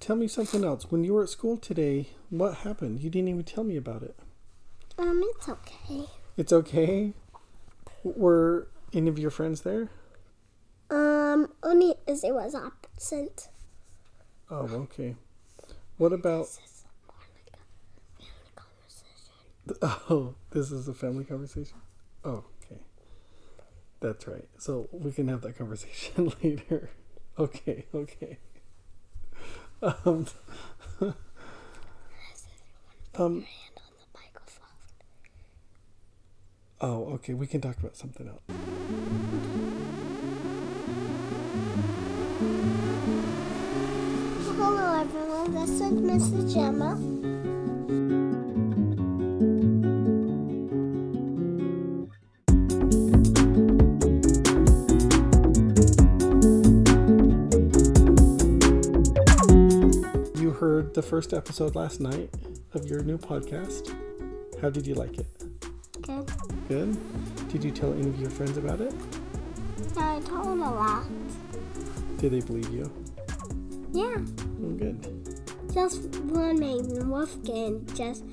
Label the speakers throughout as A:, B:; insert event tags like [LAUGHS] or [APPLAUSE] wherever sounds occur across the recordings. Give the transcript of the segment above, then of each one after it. A: Tell me something else. When you were at school today, what happened? You didn't even tell me about it.
B: Um, it's okay.
A: It's okay. W- Were any of your friends there?
B: Um, only as it was absent.
A: Oh, okay. What about?
B: This is more like a family conversation.
A: [LAUGHS] Oh, this is a family conversation. Oh, okay. That's right. So we can have that conversation [LAUGHS] later. Okay. Okay. Um. [LAUGHS] um.
B: And on the microphone.
A: Oh, okay. We can talk about something else.
B: Hello, everyone. This is Mrs. Gemma.
A: You heard the first episode last night of your new podcast. How did you like it?
B: Good.
A: Good. Did you tell any of your friends about it?
B: I told a lot.
A: Did they believe you?
B: Yeah.
A: Oh, good.
B: Just one named Wolfgang just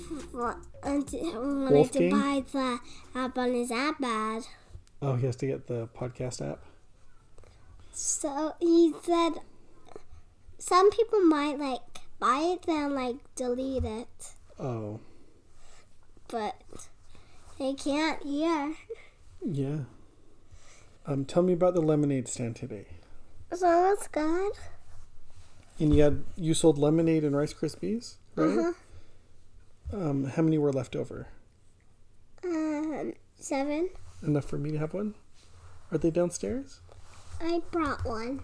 B: f- until- [LAUGHS] wanted
A: Wolfgang?
B: to buy the app on his iPad.
A: Oh, he has to get the podcast app.
B: So he said some people might like buy it then like delete it,
A: Oh,
B: but they can't hear.
A: yeah. Um, tell me about the lemonade stand today.
B: So it's good.
A: And you had you sold lemonade and Rice Krispies,
B: Mm-hmm. Uh-huh.
A: right? Um, how many were left over?
B: Um, seven.
A: Enough for me to have one? Are they downstairs?
B: I brought one.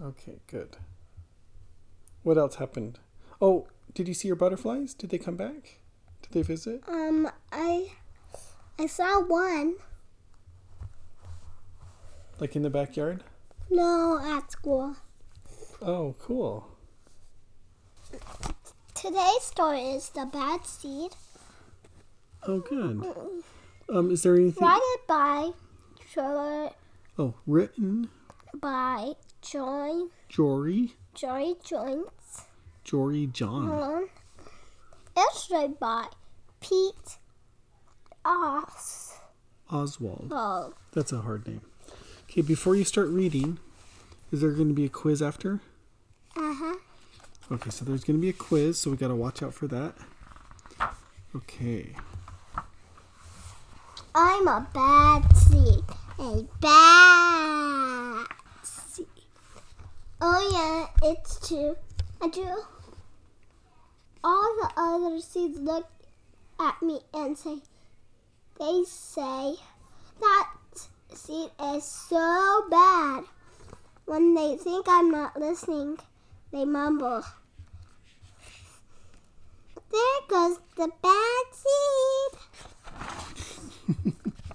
A: Okay, good. What else happened? Oh, did you see your butterflies? Did they come back? Did they visit?
B: Um, I I saw one.
A: Like in the backyard?
B: No, at school.
A: Oh, cool.
B: Today's story is the bad seed,
A: Oh, good. Um, is there anything?
B: written by Joy
A: Oh, written
B: by Joy
A: Jory
B: Joy Joints.
A: Jory John.
B: Um, illustrated by Pete Oswald.
A: Oswald. That's a hard name. Okay, before you start reading, is there going to be a quiz after?
B: Uh huh.
A: Okay, so there's going to be a quiz, so we got to watch out for that. Okay.
B: I'm a bad seed. A bad seed. Oh yeah, it's true. I do. All the other seeds look at me and say, they say that seed is so bad. When they think I'm not listening, they mumble. There goes the bad seed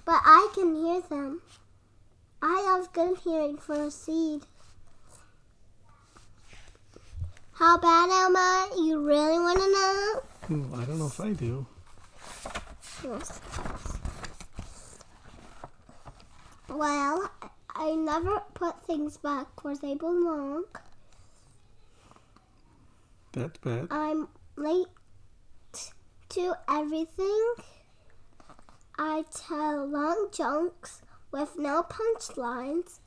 B: but I can hear them. I have good hearing for a seed. How bad am I? You really want to know?
A: Hmm, I don't know if I do.
B: Well, I never put things back where they belong.
A: That's bad.
B: I'm late to everything. I tell long jokes with no punchlines.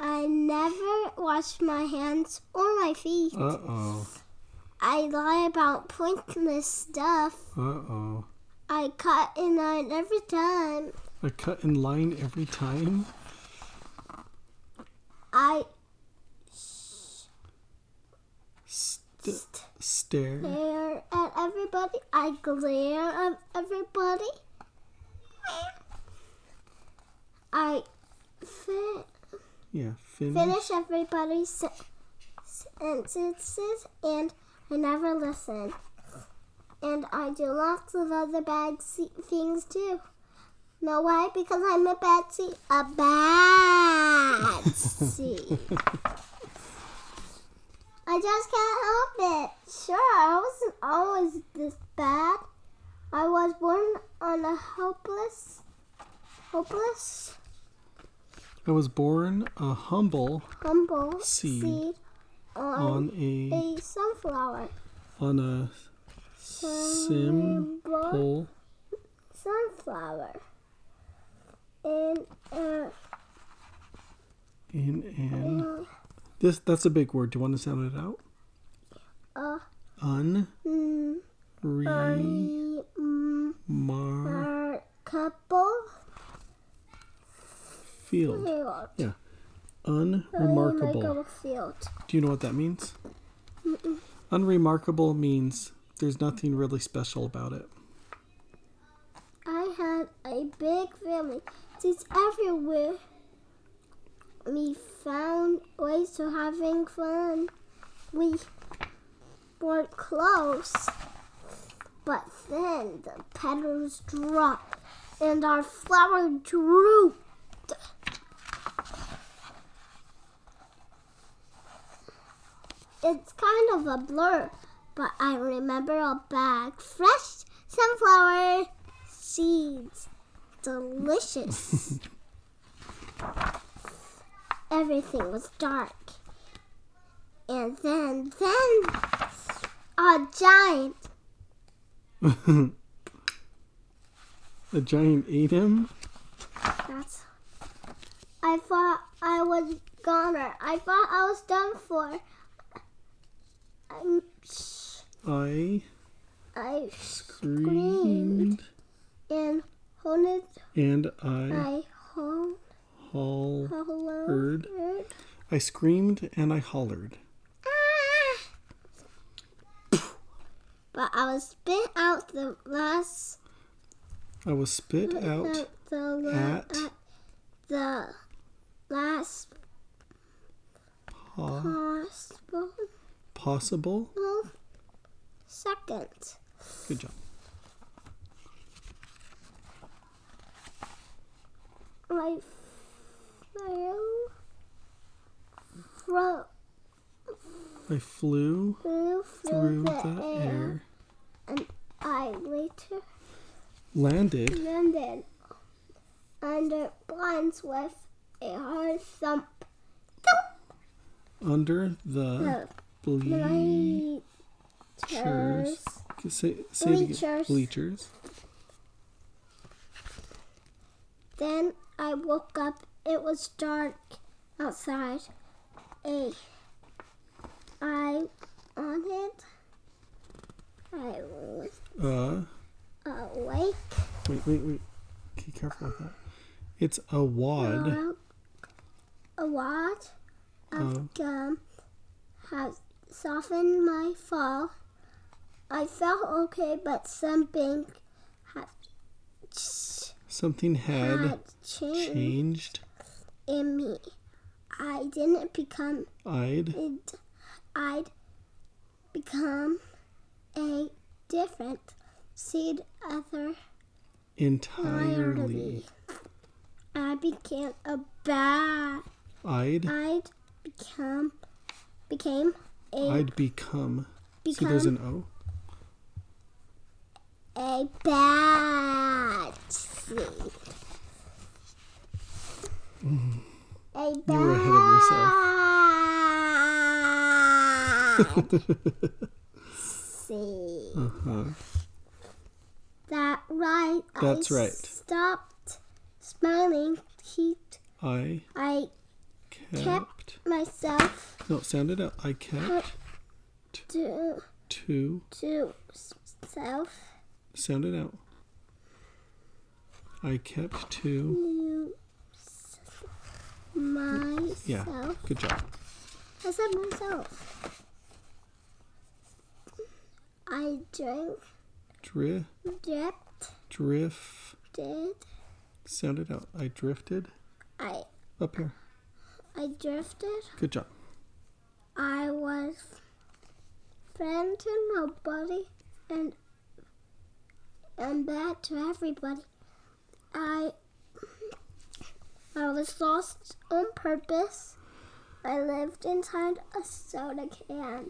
B: I never wash my hands or my feet.
A: Uh oh.
B: I lie about pointless stuff.
A: Uh oh.
B: I cut in line every time.
A: A cut in line every time?
B: I
A: St- stare.
B: glare at everybody. I glare at everybody. I fit.
A: Yeah, finish.
B: finish everybody's sen- sentences and I never listen. And I do lots of other bad se- things too. Know why? Because I'm a bad seed. A bad seed. I just can't help it. Sure, I wasn't always this bad. I was born on a hopeless, hopeless
A: I was born a humble
B: humble
A: Seed
B: seed, on,
A: on a
B: a sunflower.
A: on a
B: Simple
A: simple
B: sunflower. And uh,
A: in an this that's a big word. Do you want to sound it out?
B: uh, mm,
A: Unremarkable
B: mm, are couple
A: field.
B: field.
A: Unremarkable.
B: Remarkable field.
A: Do you know what that means? Unremarkable means there's nothing really special about it.
B: I had a big family. Since everywhere, we found ways to having fun. We were close, but then the petals dropped and our flower drooped. It's kind of a blur, but I remember a bag fresh sunflower seeds. Delicious. Everything was dark. And then, then, a giant.
A: The giant ate him.
B: That's. I thought I was goner. I thought I was done for. I'm,
A: I
B: I
A: screamed
B: and haunted.
A: and I
B: I hon-
A: hollered.
B: hollered.
A: I screamed and I hollered.
B: Ah. But I was spit out the last
A: I was spit
B: the,
A: out
B: the, la-
A: at
B: uh, the last
A: po-
B: possible
A: possible.
B: second.
A: Good job.
B: I fell fro-
A: I flew
B: flew
A: through
B: through
A: the air,
B: and I later
A: landed
B: landed under blinds with a hard thump.
A: under the
B: The
A: bleachers.
B: bleachers.
A: Say, say it again.
B: Bleachers.
A: Bleachers.
B: Then I woke up. It was dark outside. A. I on it. I was
A: Uh,
B: awake.
A: wait, wait, wait. Be careful with that. It's a wad
B: around A lot
A: Oh.
B: of gum has softened my fall. I felt okay, but something had,
A: Something had
B: had
A: changed.
B: changed in me. I didn't become
A: I'd
B: it, I'd become a different seed other
A: entirely.
B: I became a bad.
A: I'd
B: I'd become became a
A: I'd become. See,
B: become
A: there's an O.
B: a bad seed. A bad
A: Mm-hmm. You were ahead of yourself.
B: [LAUGHS] seed.
A: Uh-huh.
B: That right.
A: That's
B: I
A: right.
B: Stopped smiling. Kept
A: I
B: I
A: kept.
B: myself
A: No, sound it out. I kept
B: to
A: to.
B: to self
A: Sound it out. I kept to.
B: to s- myself.
A: Yeah. Good job.
B: I said myself. I drank,
A: Dri-
B: dripped,
A: drift.
B: did
A: Sound it out. I drifted
B: I?
A: up here.
B: I drifted.
A: Good job.
B: I was friend to nobody and and bad to everybody. I I was lost on purpose. I lived inside a soda can.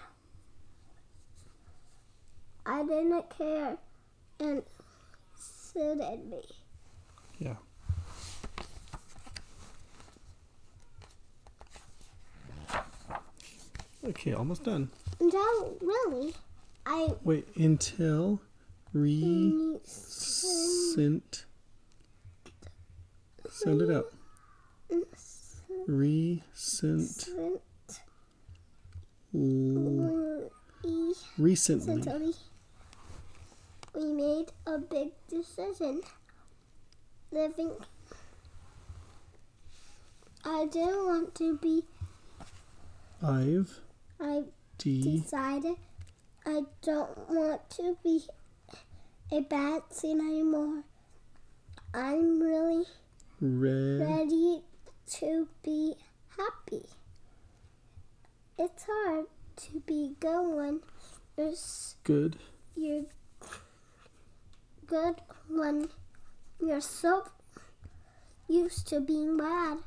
B: I didn't care and suited me.
A: Yeah. Okay, almost done.
B: No, really. I
A: Wait until re
B: need
A: sent. Sound it out. Recent, l-
B: recently
A: recently.
B: we made a big decision. Living. I didn't want to be.
A: I've
B: I
A: D
B: decided I don't want to be a bad scene anymore. I'm really
A: red
B: ready to be happy. It's hard to be good when you're, s-
A: good
B: you're good when you're so used to being bad,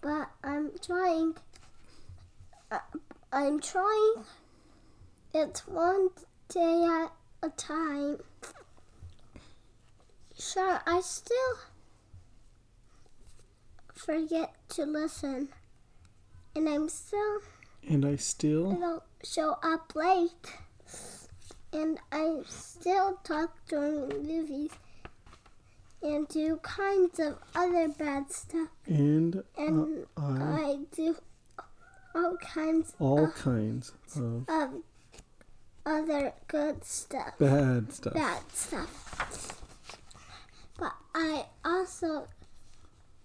B: but I'm trying. I- I'm trying. It's one day at a time. Sure, I still forget to listen, and I'm still
A: and I still
B: don't show up late. And I still talk during movies and do kinds of other bad stuff.
A: and uh,
B: And
A: I
B: I do all kinds
A: all kinds of
B: of other good stuff,
A: bad stuff.
B: bad stuff. But I also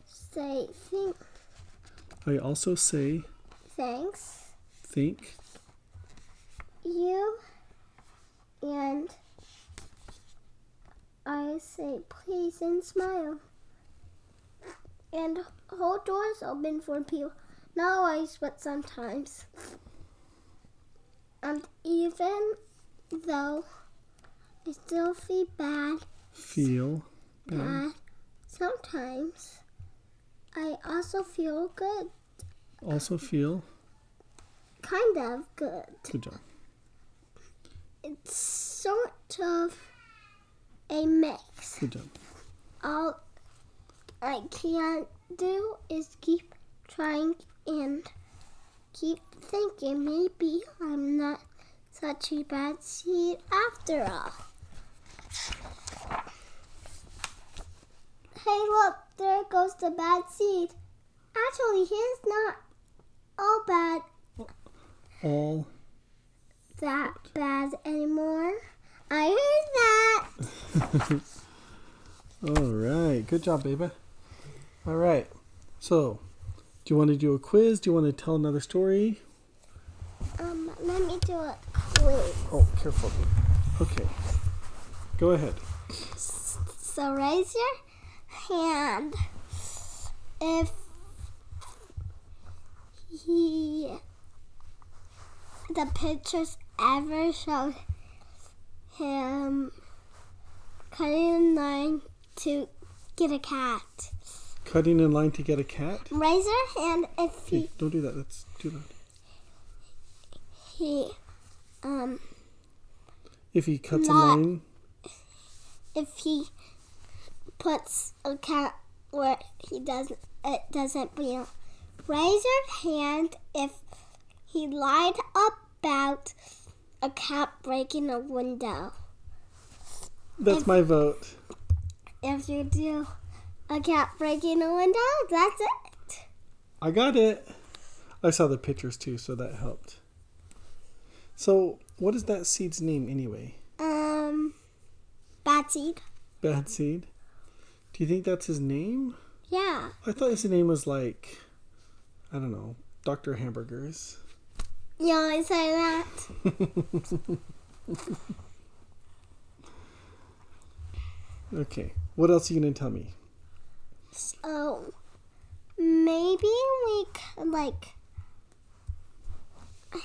B: say think,
A: I also say
B: thanks.
A: think
B: you and I say please and smile. And hold doors open for people. Not always, but sometimes. And even though I still feel bad,
A: feel bad.
B: bad sometimes, I also feel good.
A: Also feel
B: Kind of good.
A: good job.
B: It's sort of a mix.
A: Good job.
B: all I can do is keep trying and keep thinking maybe I'm not such a bad seed after all. Hey, look, there goes the bad seed. Actually, he's not all bad
A: All
B: that bad anymore. I heard that.
A: all right. Good job, baby. All right. So, do you want to do a quiz? Do you want to tell another story?
B: Um, let me do a quiz.
A: Oh, careful. Okay. Go ahead.
B: So raise your hand if he the pictures ever show him cutting a line to get a cat.
A: Cutting in line to get a cat.
B: Raise your hand if
A: Hey,
B: he,
A: don't do that. That's too loud.
B: he um
A: If he cuts
B: Not-
A: a line,
B: if he puts a cat where he doesn't it doesn't belong. Raise your hand if he lied about a cat breaking a window.
A: that's my vote.
B: If you do a cat breaking a window, that's it.
A: I got it. I saw the pictures too, so that helped. So, what is that seed's name anyway?
B: Um, bad seed.
A: Bad seed. Do you think that's his name?
B: Yeah.
A: I thought his name was like, I don't know, Doctor Hamburgers.
B: You always say that.
A: Okay. What else are you gonna tell me?
B: So maybe we could like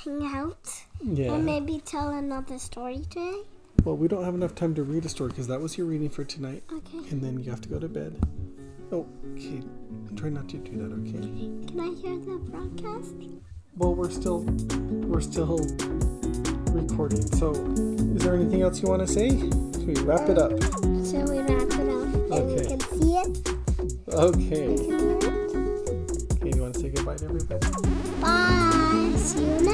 B: hang out.
A: Yeah.
B: And maybe tell another story today.
A: Well, we don't have enough time to read a story because that was your reading for tonight,
B: Okay.
A: and then you have to go to bed. Oh, okay. Try not to do that. Okay.
B: Can I hear the broadcast?
A: Well, we're still we're still recording. So, is there anything else you want to say? Should we wrap it up?
B: Shall we wrap it up? And we
A: Okay.
B: can see it.
A: Okay.
B: We can hear it.
A: Okay, you want to say goodbye to everybody?
B: Bye. See you next